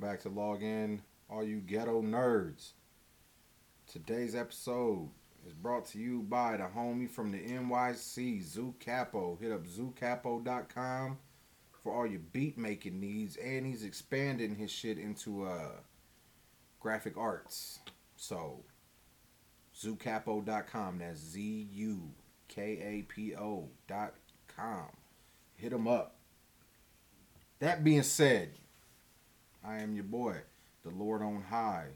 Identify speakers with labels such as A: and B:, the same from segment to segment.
A: back to log in, all you ghetto nerds. Today's episode is brought to you by the homie from the NYC, Zoo Capo. Hit up zoocapo.com for all your beat making needs, and he's expanding his shit into uh, graphic arts. So, zoocapo.com. That's Z U K A P O dot com. Hit him up. That being said, I am your boy, the Lord on high,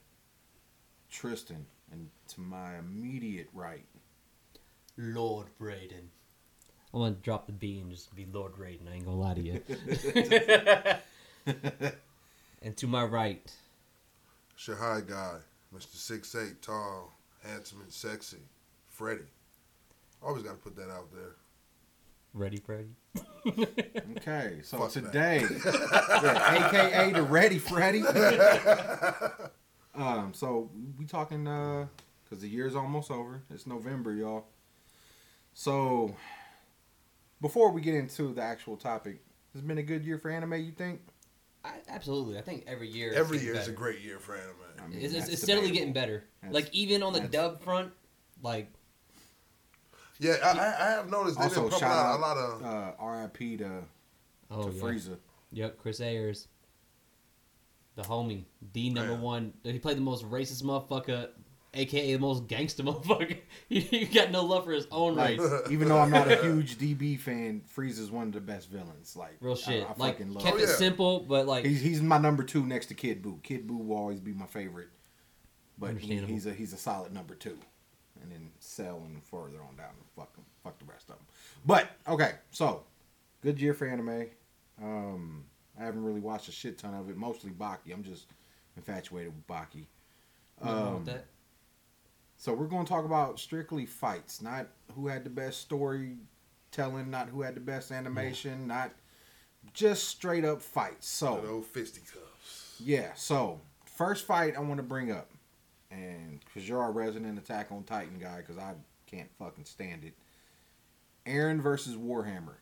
A: Tristan, and to my immediate right,
B: Lord Braden.
C: I'm gonna drop the B and just be Lord Raiden. I ain't gonna lie to you. and to my right,
D: Shahai guy, Mr. Six Eight, tall, handsome, and sexy, Freddie. Always got to put that out there.
C: Ready Freddy.
A: Okay, so
D: Fuck that.
A: today, yeah, aka the Ready Freddy. um, so we talking uh, cause the year's almost over. It's November, y'all. So before we get into the actual topic, it's been a good year for anime. You think?
C: I, absolutely. I think every year. it's
D: Every
C: getting
D: year is a
C: better.
D: great year for anime.
A: I
C: It's, it's,
A: that's
C: it's steadily
A: debatable.
C: getting better.
A: That's-
C: like even on the
A: that's-
C: dub front, like
D: Yeah, I, I- I have noticed they've
A: Also,
D: been
A: shout
D: pumping out
A: out
D: a lot of.
A: uh, R.I.P. to to
C: oh yeah.
A: Frieza.
C: Yep, Chris Ayers, the homie, the number
D: Yeah.
C: one. He played the most racist motherfucker, aka the most gangster motherfucker. he, he got no love for his own
A: Like,
C: race.
A: even though I'm not a huge DB fan, Frieza's one of the best villains. Like,
C: Real shit.
A: I, I
C: like
A: fucking love.
C: kept
D: Oh,
A: him.
C: it
D: yeah.
C: simple, but like
A: He's he's my number two next to Kid Boo. Kid Boo will always be my favorite, but he,
C: Understandable.
A: he's a he's a solid number two, and then sell him further on down and fuck him, fuck the rest of them. But okay, so good year for anime. Um, I haven't really watched a shit ton of it, mostly Baki. I'm just infatuated with Baki.
C: nothing wrong
A: um,
C: with that.
A: So we're going to talk about strictly fights, not who had the best storytelling, not who had the best animation, not just straight up fights. So.
D: Good old fisticuffs.
A: Yeah, so first fight I want to bring up, and because you're our resident Attack on Titan guy, because I can't fucking stand it. Aaron versus Warhammer.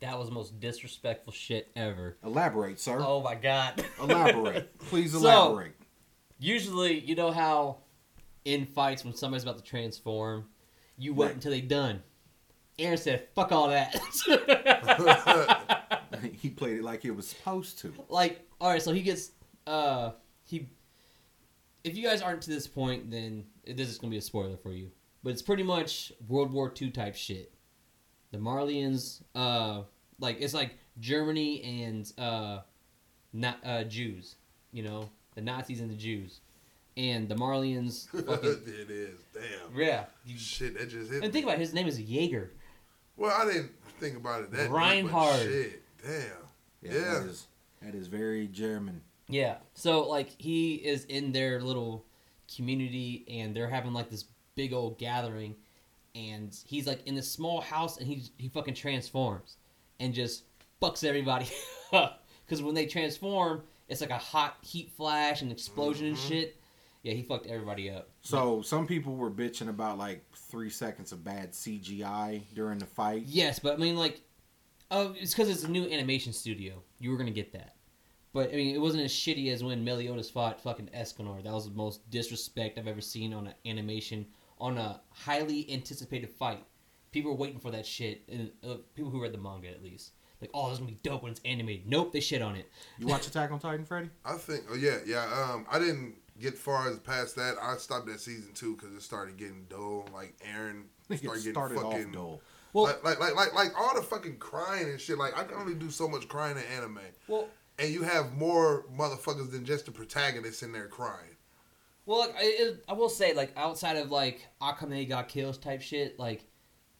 C: That was the most disrespectful shit ever.
A: Elaborate, sir.
C: Oh my god.
A: Elaborate. Please
C: So-
A: elaborate.
C: Usually, you know how in fights when somebody's about to transform, you wait
A: Right.
C: until they done. Aaron said, "Fuck all that."
A: he played it like he was supposed to.
C: like, all right, so he gets uh he. If you guys aren't to this point, then this is gonna be a spoiler for you. But it's pretty much World War II type shit. The Marlians, uh, like it's like Germany and uh, not uh Jews, you know, the Nazis and the Jews, and the Marlians. Fucking,
D: it is. Damn.
C: Yeah. You-
D: Shit, that just hit.
C: and think
D: me.
C: about it, his name is Jaeger.
D: Well, I didn't think about it that. deep, but
C: Reinhard.
D: Shit, damn. Yeah.
A: That, is, that is very German.
C: Yeah. So like he is in their little community and they're having like this big old gathering and he's like in this small house and he he fucking transforms and just fucks everybody up. Cause when they transform, it's like a hot heat flash and explosion and shit. Yeah, he fucked everybody up.
A: So some people were bitching about like three seconds of bad CGI during the fight.
C: Yes, but I mean, like, oh, it's because it's a new animation studio. You were gonna get that, but I mean, it wasn't as shitty as when Meliodas fought fucking Escanor. That was the most disrespect I've ever seen on an animation on a highly anticipated fight. People were waiting for that shit, and uh, people who read the manga at least, like, oh, this is gonna be dope when it's animated. Nope, they shit on it.
A: You watch Attack on Titan, Freddy?
D: I think. Oh yeah, yeah. Um, I didn't get far as past that. I stopped at season two because it started getting dull. Like Aaron
A: It
D: started getting
A: started
D: fucking.
A: off dull.
C: Well-
D: like, like, like, like, like all the fucking crying and shit. Like I can only do so much crying in anime.
C: Well,
D: and you have more motherfuckers than just the protagonist in there crying.
C: Well, like, I, it, I will say, like outside of like Akame got kills type shit, like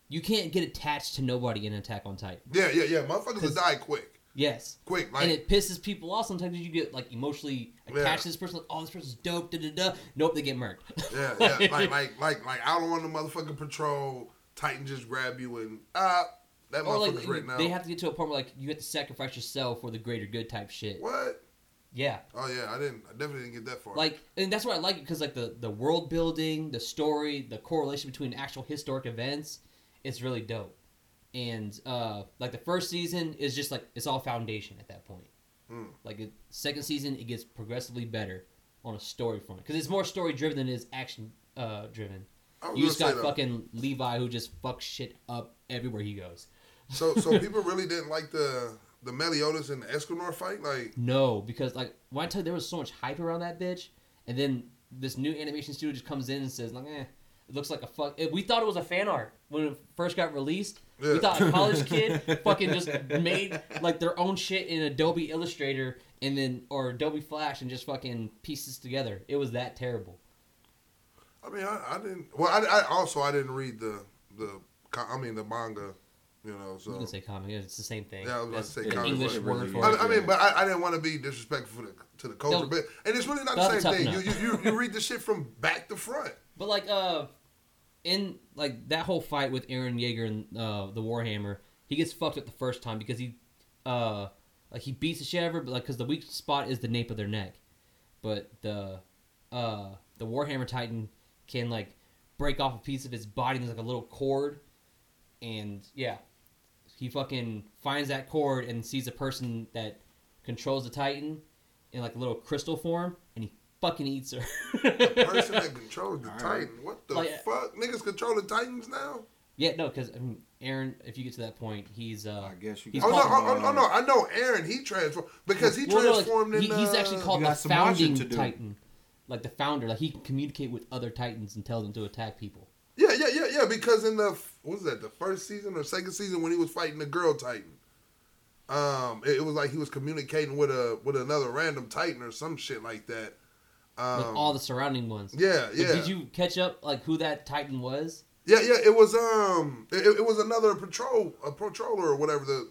C: you can't get attached to nobody in Attack on Titan.
D: Yeah, yeah, yeah. Motherfuckers will die quick,
C: Yes,
D: quick. Like,
C: and it pisses people off. Sometimes you get like emotionally attached
D: Yeah.
C: to this person. Like, oh, this person's dope. Da da da. Nope, they get murked.
D: yeah, yeah. like, like, like, like out on the motherfucking patrol, Titan just grab you and ah, that
C: or
D: motherfucker's
C: Oh, like
D: right now.
C: they have to get to a point where like you have to sacrifice yourself for the greater good type shit.
D: what?
C: Yeah,
D: Oh yeah, I didn't. I definitely didn't get that far.
C: like and that's why I like it because like the the world building, the story, the correlation between actual historic events, it's really dope. And uh like the first season is just like it's all foundation at that point.
D: Hmm.
C: Like it, second season, it gets progressively better on a story front because it's more story driven than it is action uh, driven.
D: I was
C: You just
D: gonna
C: got
D: say, though,
C: fucking Levi who just fucks shit up everywhere he goes.
D: So so people really didn't like the the Meliodas and the Escanor fight. Like
C: No, because like when I tell you there was so much hype around that bitch, and then this new animation studio just comes in and says like, eh, it looks like a fuck. eh, We thought it was a fan art when it first got released.
D: Yeah.
C: We thought a college kid fucking just made like their own shit in Adobe Illustrator and then or Adobe Flash and just fucking pieces together. It was that terrible.
D: I mean, I, I didn't. Well, I, I also I didn't read the the co- I mean the manga. You know,
C: I was
D: so
C: gonna say comic. It's the same thing.
D: Yeah, I was about
C: That's
D: to say
C: an
D: comic
C: English
A: book.
C: word for
D: I,
C: it.
D: I mean, but I, I didn't want to be disrespectful to the, to the culture,
C: No.
D: but and it's really not
C: But
D: the
C: that's
D: same
C: tough
D: thing. You,
C: enough.
D: you you you read the shit from back to front.
C: But like uh in like that whole fight with Aaron Yeager and uh the Warhammer, he gets fucked up the first time because he uh like he beats the shit out of her, but like because the weak spot is the nape of their neck. But the uh the Warhammer Titan can like break off a piece of his body and there's like a little cord and yeah. He fucking finds that cord and sees a person that controls the Titan in like a little crystal form and he fucking eats her.
D: Person that controlled the
A: All right.
D: Titan. What the
C: Like-
D: fuck? Niggas control the Titans now?
C: Yeah, no, because I mean, Aaron, if you get to that point, he's uh,
A: I guess you.
C: He's
D: Oh no,
C: called-
D: oh, oh, oh, no, I know Aaron. He transformed because he
C: Well, no, like,
D: transformed in.
C: he- he's actually
D: uh,
C: called
A: You
C: the
A: got some washing
C: founding
A: to do.
C: Titan, like the founder. Like he can communicate with other Titans and tell them to attack people.
D: Yeah, yeah, yeah, yeah. Because in the f- what was that the first season or second season when he was fighting the girl Titan, um, it, it was like he was communicating with a with another random Titan or some shit like that. Um,
C: With all the surrounding ones.
D: yeah,
C: But
D: yeah,
C: Did you catch up like who that Titan was?
D: yeah, yeah. It was um, it, it was another patrol, a patroller or whatever. The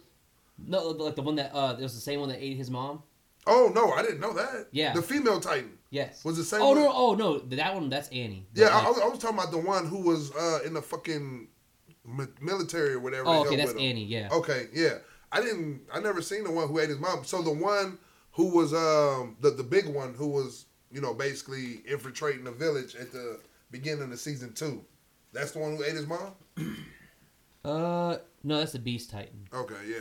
C: No, like the one that uh, it was the same one that ate his mom.
D: oh no, I didn't know that.
C: Yeah.
D: the female Titan
C: Yes.
D: was the same.
C: Oh
D: one.
C: no! Oh no! That one. That's Annie. But,
D: yeah.
C: like-
D: I, I was, I was talking about the one who was uh in the fucking mi- military or whatever.
C: oh,
D: the
C: okay.
D: hell
C: That's
D: with him.
C: Annie. Yeah.
D: Okay, yeah. I didn't. I never seen the one who ate his mom. So the one who was um the the big one who was you know basically infiltrating the village at the beginning of season two. That's the one who ate his mom.
C: Uh, no, that's the Beast Titan.
D: Okay, yeah.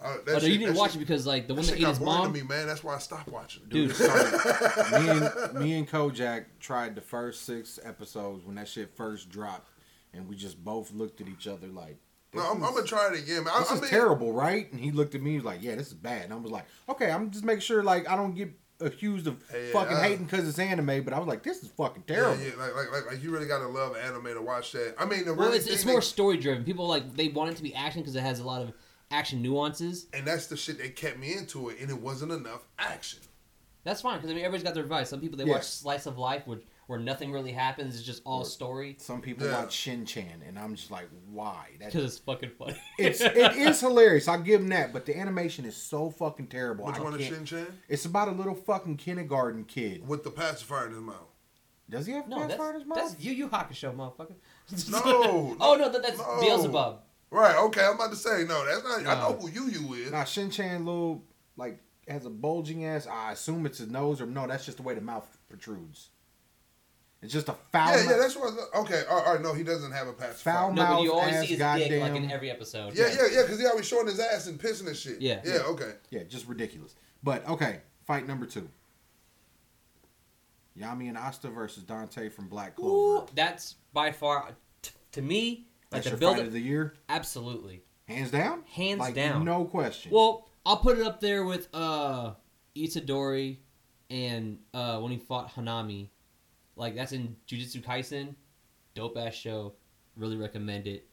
D: Uh, that
C: Oh, no,
D: shit-
C: you didn't
D: that
C: watch it
D: shit-
C: because like the
D: that
C: one
D: shit
C: that ate
D: got
C: his
D: boring
C: mom.
D: to me, man. That's why I stopped watching. it.
C: Dude,
A: me and me and Kojak tried the first six episodes when that shit first dropped, and we just both looked at each other like,
D: no, I'm,
A: this
D: I'm gonna try it again. Man. I,
A: this
D: I
A: is
D: mean,
A: terrible, right?" And he looked at me he was like, "Yeah, this is bad." And I was like, "Okay, I'm just making sure like I don't get accused of
D: Yeah,
A: fucking
D: I-
A: hating because it's anime." But I was like, "This is fucking
D: Yeah,
A: terrible."
D: yeah, like, like, like, like you really gotta love anime to watch that. I mean, the
C: Well,
D: really
C: it's, it's
D: thing
C: more
D: that-
C: story driven. People like they want it to be action because it has a lot of action nuances.
D: and that's the shit that kept me into it, and it wasn't enough action.
C: That's fine because I mean everybody's got their advice. Some people they watch
A: Yes.
C: slice of life, which where nothing really happens. It's just all story
A: Some people
D: Yeah.
A: watch Shin Chan, and I'm just like, "Why?" That
C: because it's fucking funny.
A: it's it is hilarious. I give him that, but the animation is so fucking terrible.
D: Which
A: I
D: one is
A: can't-
D: Shin Chan
A: It's about a little fucking kindergarten kid.
D: with the pacifier in his mouth?
A: Does he have
C: no,
A: fast
C: that's,
A: fire in his mouth?
C: that's Yu Yu Hakusho, motherfucker.
D: No,
C: oh no, that, that's
D: no.
C: Beelzebub.
D: Right, okay, I'm about to say, no, that's not, I know
C: No.
D: who you you is.
A: Now Shin Chan little like has a bulging ass. I assume it's his nose, or no, that's just the way the mouth protrudes. It's just a foul.
D: yeah, yeah,
A: mouth.
D: that's what, okay, all right, all right, no, he doesn't have a pacifier.
A: Foul
C: No, but
A: Mouth
C: you always
A: ass
C: see his dick like
A: goddamn-
C: in every episode.
D: Yeah, yeah, yeah, because he always showing his ass and pissing and shit.
C: Yeah.
D: Yeah, okay.
A: yeah, just ridiculous. But okay, fight number two. Yami and Asta versus Dante from Black Clover.
C: Ooh, that's by far t- to me like
A: that's
C: the
A: your
C: build.
A: fight of the year, absolutely.
C: absolutely.
A: Hands down.
C: Hands
A: Like,
C: down.
A: No question.
C: Well, I'll put it up there with uh Itadori and uh when he fought Hanami. Like that's in Jujutsu Kaisen. Dope ass show. Really recommend it.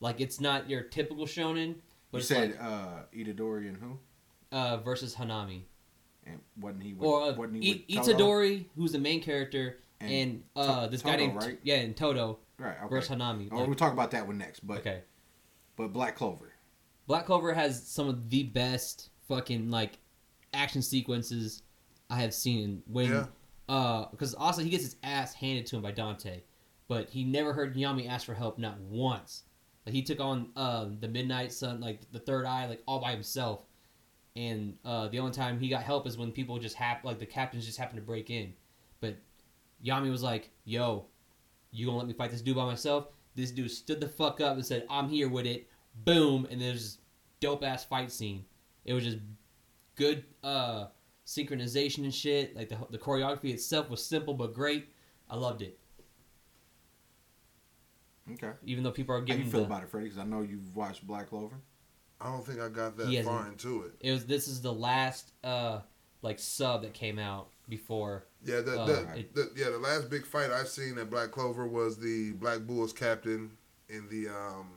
C: Like it's not your typical shonen,
A: you
C: but it's
A: said
C: like
A: uh, Itadori and who?
C: uh versus Hanami.
A: And wasn't he? With,
C: Or uh,
A: wasn't he
C: I-
A: with Toto?
C: Itadori, who's the main character,
A: And
C: and, uh
A: To-
C: this guy
A: Toto,
C: named
A: right?
C: yeah, and Toto
A: Right. Okay.
C: versus Hanami.
A: Oh,
C: Like,
A: we'll talk about that one next. But
C: okay.
A: but Black Clover.
C: Black Clover has some of the best fucking like action sequences I have seen when
D: Yeah.
C: uh because also he gets his ass handed to him by Dante, but he never heard Yami ask for help not once. Like he took on uh, the Midnight Sun, like the Third Eye, like all by himself, and uh, the only time he got help is when people just hap like the captains just happened to break in. But Yami was like, "Yo, you gonna let me fight this dude by myself?" This dude stood the fuck up and said, "I'm here with it." Boom, and there's dope ass fight scene. It was just good uh, synchronization and shit. Like the the choreography itself was simple but great. I loved it,
A: Okay.
C: even though people are
A: How
C: giving
A: you feel
C: the,
A: about it, Freddie? Because I know you've watched Black Clover.
D: I don't think I got
C: He
D: that
C: hasn't-
D: far into it.
C: it was this is the last uh like sub that came out before
D: Yeah, the,
C: Uh,
D: the,
C: it-
D: the yeah the last big fight I've seen at Black Clover was the Black Bulls captain and the um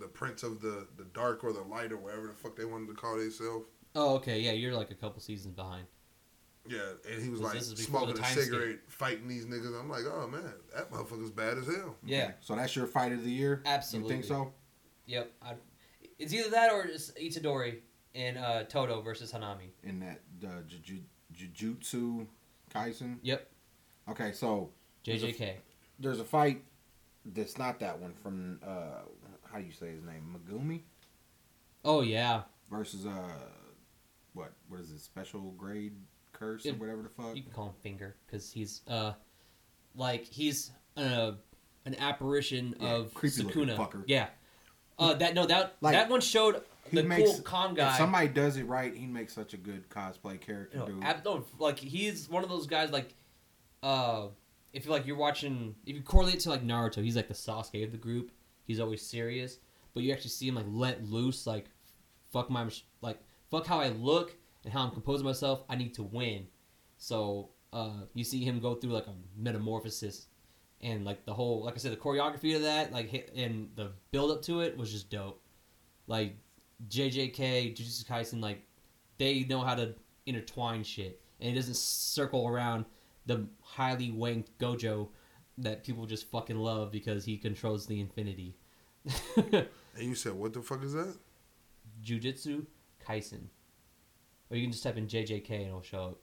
D: the Prince of the the Dark or the Light or whatever the fuck they wanted to call themselves.
C: Oh, okay. Yeah, you're like a couple seasons behind.
D: Yeah, and he was
C: This-
D: like
C: this is before
D: smoking
C: the
D: a
C: time skip.
D: cigarette, fighting these niggas. I'm like, oh man, that motherfucker's bad as hell.
C: Yeah.
A: So that's your fight of the year.
C: Absolutely.
A: You think so?
C: Yep. I, it's either that or it's Itadori and uh, Toto versus Hanami.
A: In that uh, Juju- Jujutsu Kaisen.
C: Yep.
A: Okay, so
C: JJK.
A: there's a fight that's not that one from uh, how do you say his name? Megumi
C: Oh yeah.
A: versus uh, what? What is it? Special grade curse or
C: Yeah.
A: whatever the fuck.
C: You can call him Finger because he's uh, like he's uh, an apparition
A: Yeah,
C: of
A: creepy-looking
C: Sukuna.
A: fucker.
C: Yeah. Uh, that no that
A: Like,
C: that one showed
A: he
C: the
A: makes-
C: cool con
A: If
C: guy.
A: somebody does it right, he makes such a good cosplay character.
C: No,
A: dude.
C: ab- no, like he's one of those guys. Like, uh, if you're like you're watching, if you correlate to like Naruto, he's like the Sasuke of the group. He's always serious, but you actually see him like let loose, like fuck my mach- like fuck how I look and how I'm composing myself. I need to win. So uh, you see him go through like a metamorphosis, and like the whole like I said, the choreography of that, like hi- and the build up to it was just dope. Like JJK, Jujutsu Kaisen, like they know how to intertwine shit, and it doesn't circle around the highly wanked Gojo that people just fucking love because he controls the infinity.
D: And you said, what the fuck is that?
C: Jujutsu Kaisen, or you can just type in JJK and it'll show up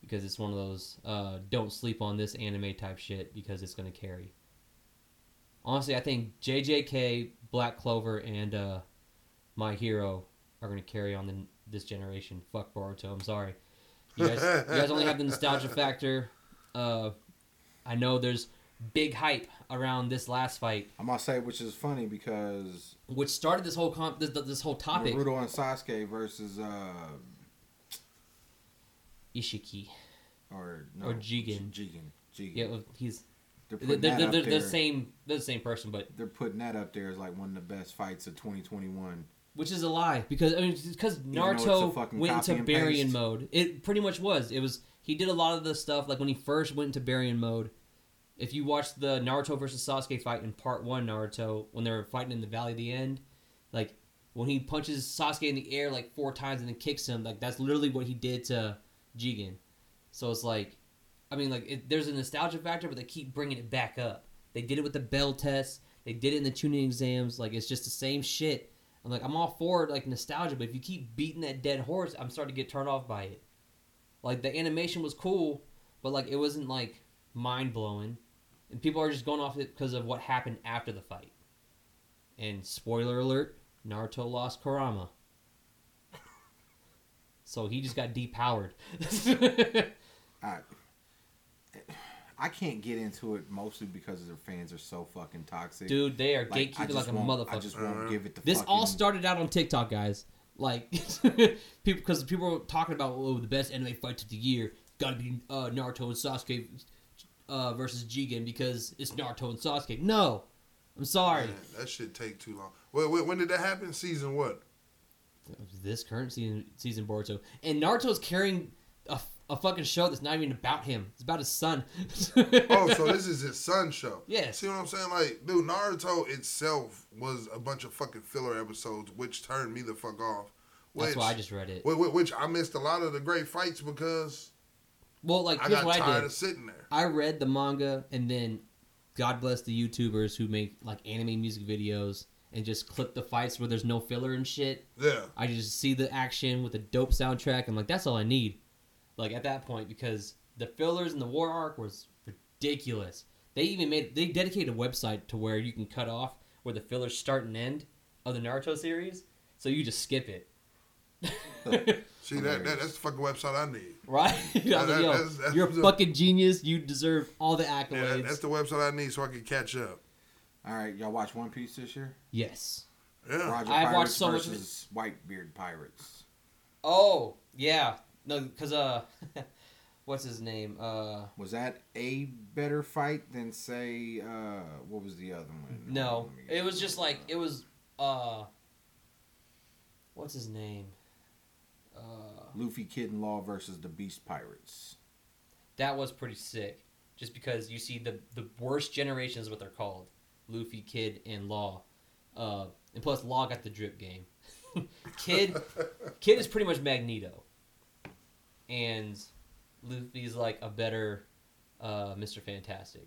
C: because it's one of those uh, don't sleep on this anime type shit because it's gonna carry. Honestly, I think JJK, Black Clover, and uh, My Hero are gonna carry on the, this generation. Fuck Boruto. I'm sorry. You guys, you guys only have the nostalgia factor. Uh, I know there's big hype around this last fight,
A: I'm gonna say, which is funny because
C: which started this whole comp, this, this whole topic.
A: Naruto and Sasuke versus uh
C: Ishiki.
A: or no,
C: Or Jigen.
A: J- Jigen, Jigen.
C: Yeah, well, he's
A: they're
C: they're,
A: putting
C: they're,
A: that
C: they're,
A: up
C: they're
A: there.
C: the same they're the same person, but
A: They're putting that up there as like one of the best fights of 2021.
C: which is a lie because I mean because
A: though it's a
C: Naruto
A: fucking
C: went
A: copy
C: into
A: and
C: Baryon
A: paste.
C: mode. It pretty much was. It was he did a lot of the stuff like when he first went into Baryon mode. If you watch the Naruto versus Sasuke fight in part one, Naruto when they were fighting in the Valley of the End, like when he punches Sasuke in the air like four times and then kicks him, like that's literally what he did to Jigen. So it's like, I mean, like it, there's a nostalgia factor, but they keep bringing it back up. They did it with the bell test. They did it in the tuning exams. Like it's just the same shit. I'm like, I'm all for like nostalgia, but if you keep beating that dead horse, I'm starting to get turned off by it. Like the animation was cool, but like it wasn't like mind blowing, and people are just going off it because of what happened after the fight. And spoiler alert: Naruto lost Kurama, so he just got depowered.
A: I I can't get into it mostly because their fans are so fucking toxic.
C: Dude, they are
A: Like, I
C: gatekeeping like
A: just
C: a
A: won't-
C: motherfucker.
A: I just won't
D: Uh-huh.
A: give it the
C: This all
A: fucking-
C: started out on TikTok, guys. Like people, because people were talking about oh the best anime fights of the year got to be uh, Naruto and Sasuke uh, versus Jigen because it's Naruto and Sasuke. No, I'm sorry.
D: Man, that shit take too long. Wait, wait, when did that happen? Season what?
C: This current season, season Boruto and Naruto's carrying a, a fucking show that's not even about him. It's about his son.
D: Oh, so this is his son show.
C: Yes.
D: See what I'm saying? Like, dude, Naruto itself was a bunch of fucking filler episodes, which turned me the fuck off. Which,
C: that's why I just read it.
D: whi- whi- which I missed a lot of the great fights because
C: Well, like
D: I
C: here's
D: got
C: what I
D: tired
C: did.
D: of sitting there.
C: I read the manga and then God bless the YouTubers who make like anime music videos and just clip the fights where there's no filler and shit.
D: Yeah.
C: I just see the action with the dope soundtrack. I'm like, that's all I need. Like at that point, because the fillers and the war arc was ridiculous. They even made they dedicated a website to where you can cut off where the fillers start and end of the Naruto series, so you just skip it,
D: See that, that that's the fucking website I need.
C: right? I was like,
D: that-
C: Yo,
D: that's- that's-
C: you're a fucking genius. You deserve all the accolades.
D: Yeah, that, that's the website I need so I can catch up.
A: All right, y'all watch One Piece this year?
C: yes.
D: Yeah.
A: Roger
C: I've watched
A: Pirates
C: so much of
A: versus Whitebeard Pirates.
C: Oh yeah, no, because uh, what's his name? Uh,
A: Was that a better fight than say uh what was the other one?
C: no, it was just like it was uh, what's his name? Uh,
A: Luffy Kid and Law versus the Beast Pirates.
C: that was pretty sick. Just because you see the the worst generation is what they're called, Luffy, Kid, and Law, uh, and plus Law got the drip game. Kid, Kid is pretty much Magneto, and Luffy's like a better uh, Mister Fantastic,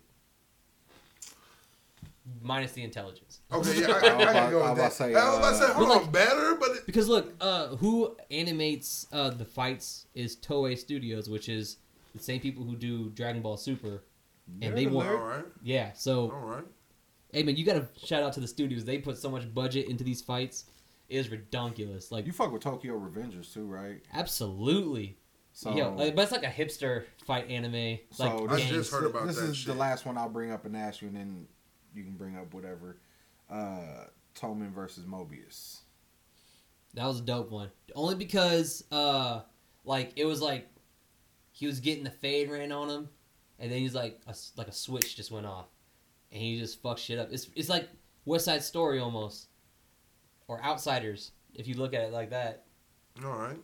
C: minus the intelligence.
D: Okay, yeah, I, I, I can go
A: I was about- I was
D: with
A: about
D: that.
A: to say,
D: I was about to
A: uh,
D: say, hold
C: Well,
D: on, better, but it,
C: Because look, uh, who animates uh, the fights is Toei Studios, which is the same people who do Dragon Ball Super,
A: They're
C: and they
A: the
D: all
C: want
D: right,
C: yeah. So
D: all right.
C: Hey man, you gotta shout out to the studios. They put so much budget into these fights. It is ridiculous. Like
A: You fuck with Tokyo Revengers too, right?
C: absolutely.
A: So
C: yeah, like, but it's like a hipster fight anime.
A: So
C: like
D: I
A: this,
C: gangs.
D: just heard about
A: this
D: that
A: is the
D: shit.
A: last one I'll bring up and ask you, and then you can bring up whatever. Uh, Toman versus Mobius.
C: That was a dope one. Only because uh like it was like he was getting the fade ran on him and then he's like a, s- like a switch just went off and he just fucked shit up. It's it's like West Side Story almost or Outsiders if you look at it like that.
D: All right.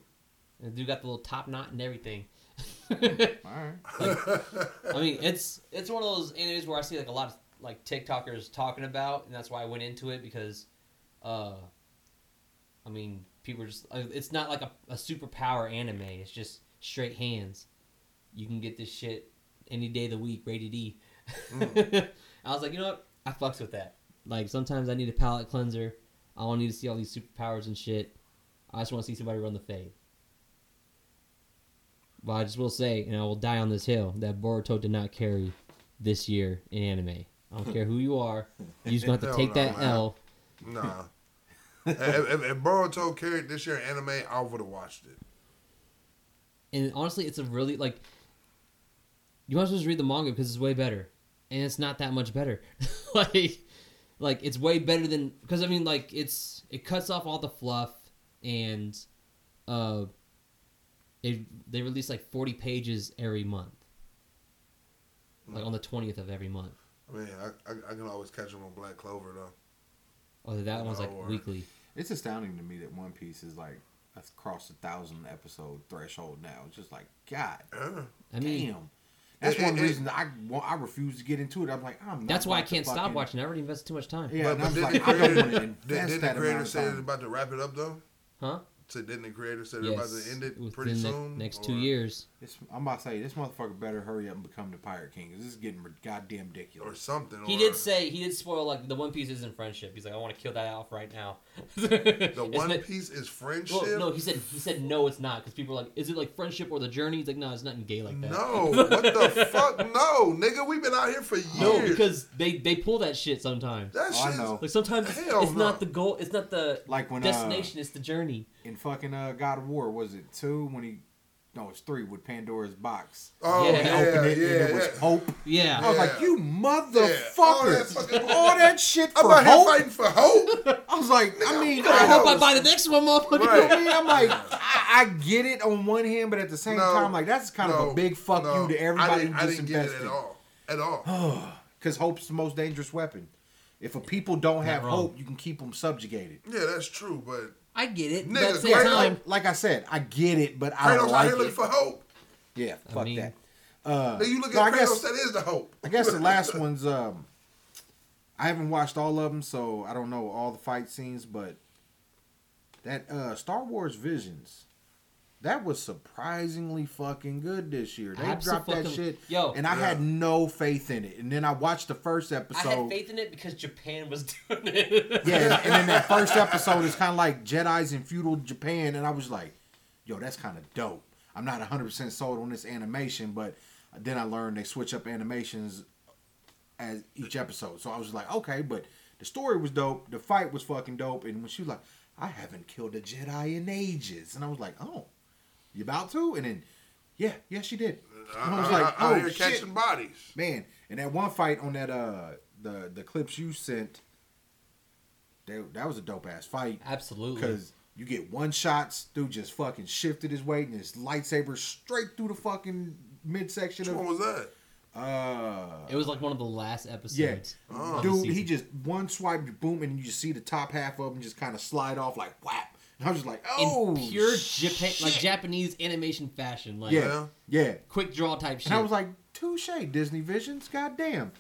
C: And the dude got the little top knot and everything.
A: All right.
C: I mean, it's it's one of those animes where I see like a lot of like TikTokers talking about, and that's why I went into it because, uh, I mean, people are just uh, it's not like a, a superpower anime. It's just straight hands. You can get this shit any day of the week, rated E. I
D: Mm.
C: was like, you know what? I fucks with that. Like sometimes I need a palate cleanser. I don't need to see all these superpowers and shit. I just want to see somebody run the fade. But I just will say, and I will die on this hill, that Boruto did not carry this year in anime. I don't care who you are, you just gonna have to
D: Hell
C: take
D: no,
C: that
D: man.
C: L.
D: Nah. if, if, if Boruto carried this year in anime, I would have watched it.
C: And honestly, it's a really like you might as well just read the manga because it's way better, and it's not that much better. like, like it's way better than because I mean, like it's it cuts off all the fluff and uh, it they release like forty pages every month, like on the twentieth of every month.
D: I mean, I, I, I can always catch him on Black Clover though.
C: Oh, that one's
D: Or-
C: like weekly.
A: It's astounding to me that One Piece is like that's crossed a thousand episode threshold now. It's just like God
D: Yeah.
C: I mean,
A: damn. That's
D: It-
A: one
D: it- it-
A: reason I well, I refuse to get into it. I'm like I'm. Not
C: that's why I
A: about to
C: can't stop
A: fucking-
C: watching. I already invested too much time.
A: Yeah, and
D: but but
A: I'm
D: didn't
A: like
D: the
A: I don't
D: creator,
A: want to
D: did,
A: invest
D: didn't the
A: that amount
D: creator
A: of
D: say it's
A: time.
D: about to wrap it up though?
C: Huh?
D: So didn't the creator say they're about
C: Yes.
D: to end it pretty
C: Within the
D: soon?
C: next
D: or-
C: two years.
A: This, I'm about to say this motherfucker better hurry up and become the Pirate King. 'cause This is getting rid- goddamn
D: or
A: ridiculous.
D: something.
C: He
D: or
C: did say he did spoil like the One Piece isn't friendship. He's like, I want to kill that off right now.
D: the One Piece is friendship.
C: Well, no, he said he said no, it's not because people are like, is it like friendship or the journey? He's like, no, it's nothing gay like that.
D: No, what the fuck? No, nigga, we've been out here for years.
C: No, because they they pull that shit sometimes.
D: that
A: Oh,
D: shit.
A: I know.
C: Like sometimes it's,
D: Hell
C: it's
D: no.
C: not the goal, it's not the
A: Like when uh,
C: destination, it's the journey.
A: in fucking uh, God of War was it two when he no it's three with Pandora's box.
C: Yeah.
D: Oh yeah,
A: They
D: yeah,
A: opened it and it was
D: yeah.
A: hope.
C: Yeah,
A: I was like,
D: Yeah.
A: you
D: All that
A: motherfucker!
D: fucking-
A: All that shit
D: I'm
A: for
D: out here
A: hope.
D: fighting for hope.
A: I was like, I mean,
D: I
C: I
A: I,
C: hope I
D: know.
C: buy the next one, motherfucker.
A: you know
D: Oh, Right.
A: what I mean? I'm like, I, I get it on one hand, but at the same
D: No.
A: time, like that's kind
D: no,
A: of a big fuck
D: no,
A: you to
D: I
A: everybody
D: didn't, I
A: who
D: didn't get it at
A: disinvested.
D: all. At all.
A: Because hope's the most dangerous weapon. If a people don't have
C: wrong.
A: hope, you can keep them subjugated.
D: yeah, that's true. But
C: I get it.
D: Nigga,
C: but at the same
D: great,
C: time,
A: Like, like I said, I get it, but I don't
D: Kratos out
A: like
D: here looking
A: it.
D: for hope.
A: Yeah,
C: I
A: fuck
C: mean-
A: that. Uh,
D: Then you look
A: no,
D: at
A: I
D: Kratos.
A: guess-
D: that is the hope.
A: I guess the last one's um I haven't watched all of them, so I don't know all the fight scenes, but that uh Star Wars Visions that was surprisingly fucking good this year. They dropped that
C: Abso-fucking-
A: shit,
C: Yo.
A: and I
D: Yeah.
A: had no faith in it. And then I watched the first episode.
C: I had faith in it because Japan was doing it.
A: Yeah, and- and then that first episode is kind of like Jedi's in feudal Japan, and I was like, yo, that's kind of dope. I'm not 100% sold on this animation, but then I learned they switch up animations as each episode. So I was like, okay, but the story was dope, the fight was fucking dope, and when she was like, I haven't killed a Jedi in ages, and I was like, oh, you about to? And then, yeah, yeah, she did. And I was like,
D: out
A: oh,
D: here
A: shit.
D: catching bodies.
A: Man, and that one fight on that uh the the clips you sent, that that was a dope ass fight
C: Absolutely.
A: because You get one shots. Dude just fucking shifted his weight and his lightsaber straight through the fucking midsection
D: Which
A: of.
D: one was that?
A: Uh,
C: It was like one of the last episodes.
A: Yeah.
D: Oh.
C: of the
A: dude, he
C: season.
A: just one swipe, boom, and you just see the top half of him just kind of slide off like whap. And I was just like, oh,
C: in pure
A: shit.
C: Japa- like Japanese animation fashion, like
A: yeah, yeah.
C: quick draw type shit.
A: And I was like, touche, Disney Visions, goddamn.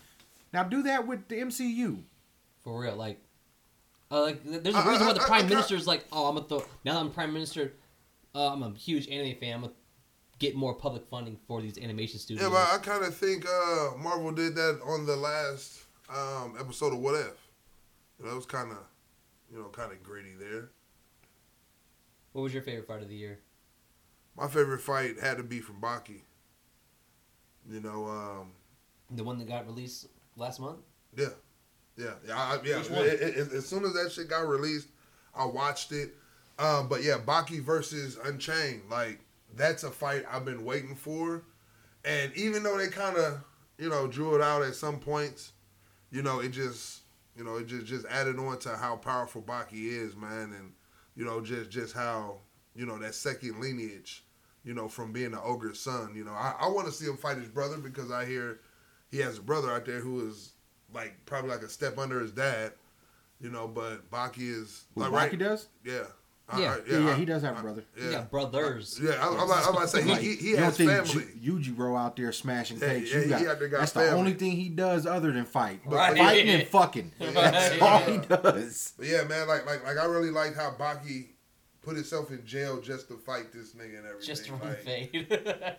A: Now do that with the MCU.
C: for real, like, uh, like th- there's a
D: I-
C: reason why the
D: I- I-
C: prime
D: I-
C: minister's like, oh, I'm a th- now that I'm prime minister, uh, I'm a huge anime fan. I'm gonna get more public funding for these animation studios.
D: Yeah, but I kind of think uh, Marvel did that on the last um, episode of What If. You know, it was kind of, you know, kind of gritty there.
C: what was your favorite fight of the year?
D: My favorite fight had to be from Baki. You know, um,
C: The one that got released last month.
D: yeah, yeah, yeah, I, yeah.
C: Which one?
D: It- it- it- as soon as that shit got released, I watched it. Um, but yeah, Baki versus Unchained, like that's a fight I've been waiting for. And even though they kind of, you know, drew it out at some points, you know, it just, you know, it just just added on to how powerful Baki is, man, and you know, just just how, you know, that second lineage, you know, from being an ogre's son, you know, I, I want to see him fight his brother because I hear he has a brother out there who is like probably like a step under his dad, you know, but Baki is
A: Who
D: like
A: Rocky
D: right-
A: does?
D: yeah.
C: Yeah.
A: Yeah, yeah,
D: I-
A: he does have
D: I-
A: a brother.
C: Yeah,
D: Yeah,
C: brothers.
D: yeah. I, I'm, about, I'm about to say
A: Like,
D: he, he, he
A: you don't
D: has
A: think
D: family.
A: Ju- Yujiro out there smashing
D: Yeah,
A: cakes.
D: yeah,
A: you
D: he
A: got,
D: out there got
A: that's the
D: family.
A: only thing he does other than fight.
D: Right.
A: Fighting and fucking. That's all he does.
D: But yeah, man, like like like I really liked how Baki put himself in jail just to fight this nigga and everything.
C: Just to run
D: like,
C: fade.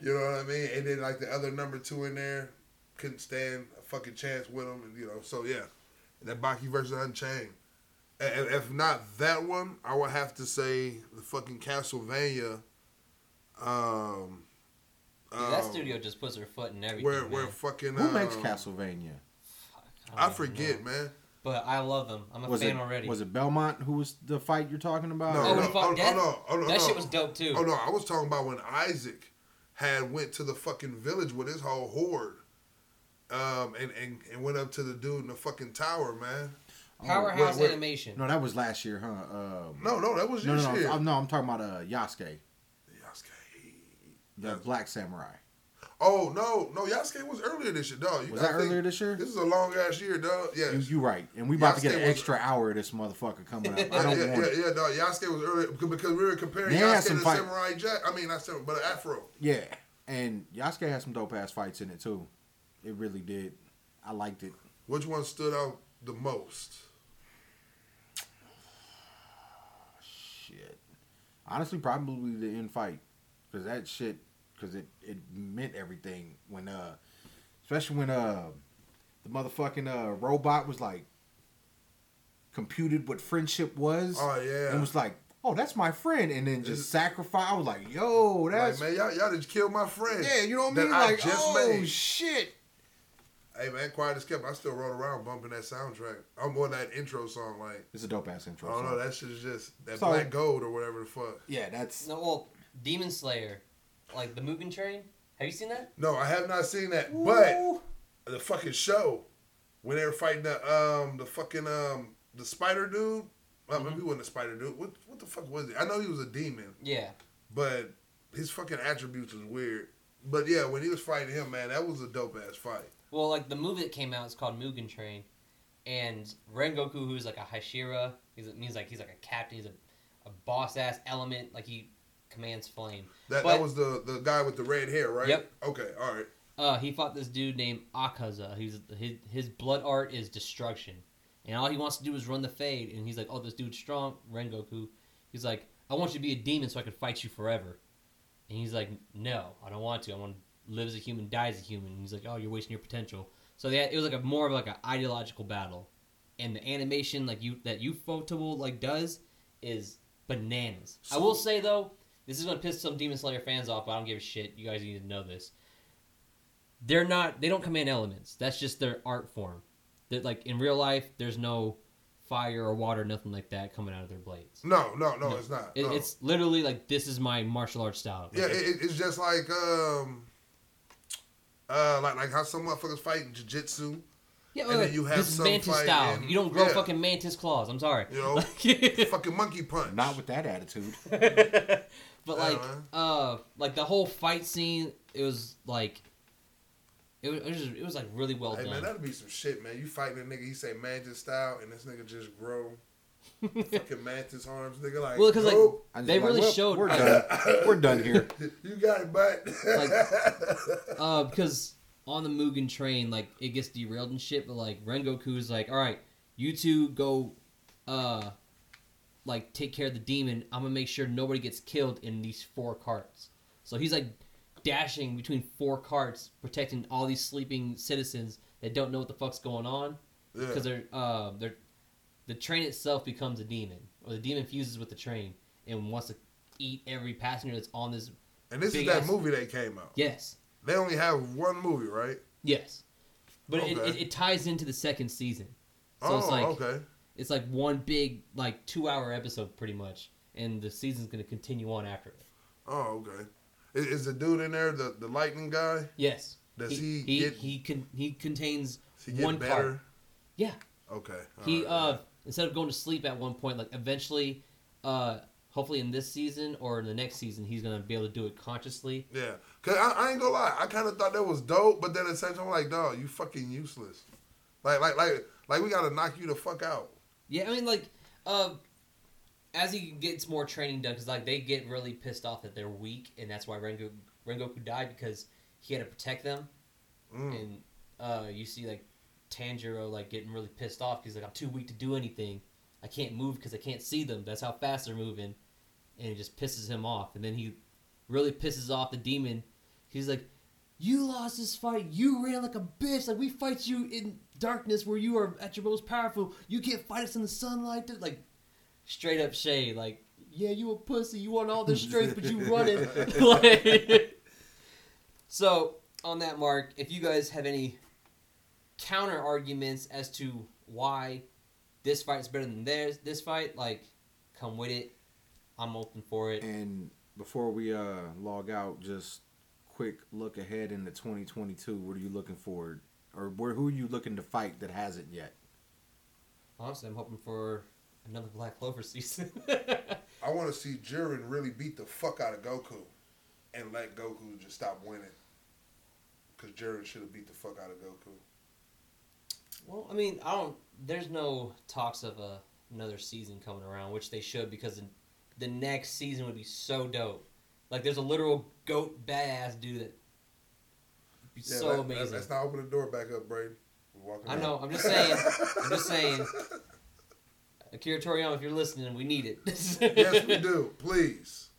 D: You know what I mean? And then like the other number two in there couldn't stand a fucking chance with him, and you know, so yeah, and that Baki versus Unchained. A- a- If not that one, I would have to say the fucking Castlevania. Um,
C: that
D: um,
C: studio just puts their foot in everything.
D: Where
C: man.
D: where fucking
A: Who makes
D: um,
A: Castlevania?
C: don't
D: I
C: even
D: forget,
C: know.
D: man.
C: But I love them. I'm a
A: Was
C: fan
A: it
C: already.
A: was it Belmont who was the fight you're talking about?
C: Oh,
D: No,
A: Or-
C: when
D: no,
C: he fought
D: oh,
C: Death?
D: oh, no, oh, no,
C: that
D: no.
C: shit was dope too.
D: Oh no, I was talking about when Isaac had went to the fucking village with his whole horde, um, and and, and went up to the dude in the fucking tower, man.
A: oh,
C: Powerhouse
D: wait, wait.
C: animation.
A: No, that was last year, huh? Um,
D: No, no, that was
A: no,
D: your
A: no,
D: shit.
A: no, I'm, no, I'm talking about uh, Yasuke,
D: Yasuke.
A: the
D: Yeah.
A: Black Samurai.
D: Oh no, no, Yasuke was earlier this year, dog. You
A: Was that
D: gotta think-
A: earlier this year?
D: This is a long ass year, dog. Yeah.
A: You, you right, and we about to get
D: Yasuke
A: an
D: was-
A: extra hour of this motherfucker coming up. I
D: yeah,
A: don't
D: yeah,
A: want
D: yeah,
A: it.
D: yeah, dog. Yasuke was earlier because because we were comparing
A: They had
D: Yasuke
A: some
D: to
A: fight-
D: Samurai Jack. I mean, not Samurai, but Afro.
A: Yeah, and Yasuke had some dope ass fights in it too. It really did. I liked it.
D: Which one stood out the most?
A: Shit. Honestly, probably the end fight, because that shit, because it it meant everything when uh, especially when uh, the motherfucking uh robot was like, computed what friendship was.
D: Oh yeah.
A: and was like, "Oh, that's my friend," and then just
D: Is-
A: sacrifice. I was like, "Yo,
D: like,
A: that's
D: man, y'all, y'all just killed my friend.
A: yeah, you know what I
D: that
A: mean?"
D: I
A: Like,
D: just
A: oh
D: made.
A: shit,
D: Hey man, quiet as kept. I still roll around bumping that soundtrack. I'm on that intro song. Like
A: it's a dope ass intro.
D: I don't know,
A: song.
D: Oh, that shit is just that
A: So-
D: black gold or whatever the fuck.
A: yeah, that's
C: No, well, Demon Slayer, like the Mugen Train. Have you seen that?
D: No, I have not seen that,
A: Ooh.
D: but the fucking show when they were fighting the um the fucking um the spider dude. Well,
C: Mm-hmm.
D: maybe he wasn't a spider dude. What what the fuck was he? I know he was a demon,
C: Yeah,
D: but his fucking attributes was weird. But yeah, when he was fighting him, man, that was a dope ass fight.
C: Well, like the movie that came out is called Mugen Train, and Rengoku, who's like a Hashira, he's, he's like he's like a captain, he's a, a boss ass element, like he commands flame.
D: That
C: But-
D: that was the the guy with the red hair, right?
C: Yep.
D: Okay, all right.
C: Uh, he fought this dude named Akaza. He's his his blood art is destruction, and all he wants to do is run the fade. And he's like, "Oh, this dude's strong, Rengoku." He's like, "I want you to be a demon so I can fight you forever." And he's like, "No, I don't want to. I want to live as a human, die as a human." And he's like, "Oh, you're wasting your potential." So they had, it was like a more of like an ideological battle, and the animation like you that you Ufotable E like does is bananas. I will say though, this is gonna piss some Demon Slayer fans off, but I don't give a shit. You guys need to know this they're not they don't command elements that's just their art form that like in real life there's no fire or water nothing like that coming out of their blades
D: No, no, no, it's not.
C: It-
D: no.
C: it's literally like this is my martial arts style Like,
D: Yeah, it, it- it's just like um, uh, like like how some motffuckers fight in jujitsu,
C: Yeah,
D: And
C: uh,
D: then you have
C: this is
D: some
C: mantis
D: fight
C: style.
D: and-
C: you don't grow
D: yeah.
C: fucking mantis claws. I'm sorry.
D: You know?
C: Like-
D: Fucking monkey punch.
A: Not with that attitude.
C: But
D: I
C: like,
D: don't know.
C: uh, like the whole fight scene, it was like, it was, it was, just- it was like really well
D: Hey
C: done.
D: man, that'd be some shit, man. You fighting a nigga, he say mantis style, and this nigga just grow fucking mantis arms, nigga. Like,
C: Well, 'cause, like,
D: nope.
A: I just
C: They
A: like,
C: really
A: well,
C: showed-
A: We're done. we're done here.
D: you got it, but
C: uh, because on the Mugen train, like it gets derailed and shit. But like Rengoku's like, all right, you two go, uh, like take care of the demon. I'm gonna make sure nobody gets killed in these four carts. So he's like dashing between four carts, protecting all these sleeping citizens that don't know what the fuck's going on.
D: yeah.
C: because they're uh, they're the train itself becomes a demon, or the demon fuses with the train and wants to eat every passenger that's on this.
D: and this is
C: big
D: that
C: ass-
D: movie that came out.
C: Yes,
D: They only have one movie, right?
C: yes, but it,
D: Okay.
C: it, it ties into the second season, so
D: oh,
C: it's like
D: okay.
C: it's like one big like two hour episode pretty much, and the season's gonna continue on after it.
D: Oh, okay. Is, is the dude in there the the lightning guy?
C: Yes,
D: Does
C: he
D: he
C: he
D: get-
C: he, con- he contains
D: Does he get
C: one
D: better?
C: cart. Yeah,
D: Okay. all
C: He
D: right,
C: uh instead of going to sleep at one point, like eventually, uh hopefully in this season or in the next season, he's gonna be able to do it consciously.
D: yeah. Yeah. Cause I, I ain't gonna lie, I kind of thought that was dope, but then at the same time, I'm like, dog, you fucking useless. Like, like, like, like, we gotta knock you the fuck out.
C: Yeah, I mean like uh as he gets more training done, because like they get really pissed off that they're weak, and that's why Rengo Rengoku died because he had to protect them.
D: Mm.
C: And uh you see like Tanjiro like getting really pissed off because like I'm too weak to do anything. I can't move because I can't see them. That's how fast they're moving, and it just pisses him off. And then he really pisses off the demon. He's like, "You lost this fight. You ran like a bitch. Like we fight you in darkness where you are at your most powerful. You can't fight us in the sunlight." Dude, Like straight up shade. Like yeah, you a pussy. You want all this strength, but you running. like, so on that mark, if you guys have any counter arguments as to why this fight's better than theirs, this fight, like come with it. I'm open for it.
A: And before we uh log out, just quick look ahead into 2022. What are you looking for, or where who are you looking to fight that hasn't yet?
C: Honestly, I'm hoping for another Black Clover season.
D: I want to see Jiren really beat the fuck out of Goku, and let Goku just stop winning. Cause Jiren should have beat the fuck out of Goku.
C: well, I mean, I don't. There's no talks of a, another season coming around, which they should because the, the next season would be so dope. Like, there's a literal goat badass dude that. Be so
D: let-
C: amazing.
D: Let's not open the door back up, Brady. We're walking
C: I
D: out.
C: know. I'm just saying. I'm just saying. Akira Toriyama, if you're listening, we need it.
D: yes, we do. Please.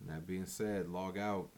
A: And that being said, log out.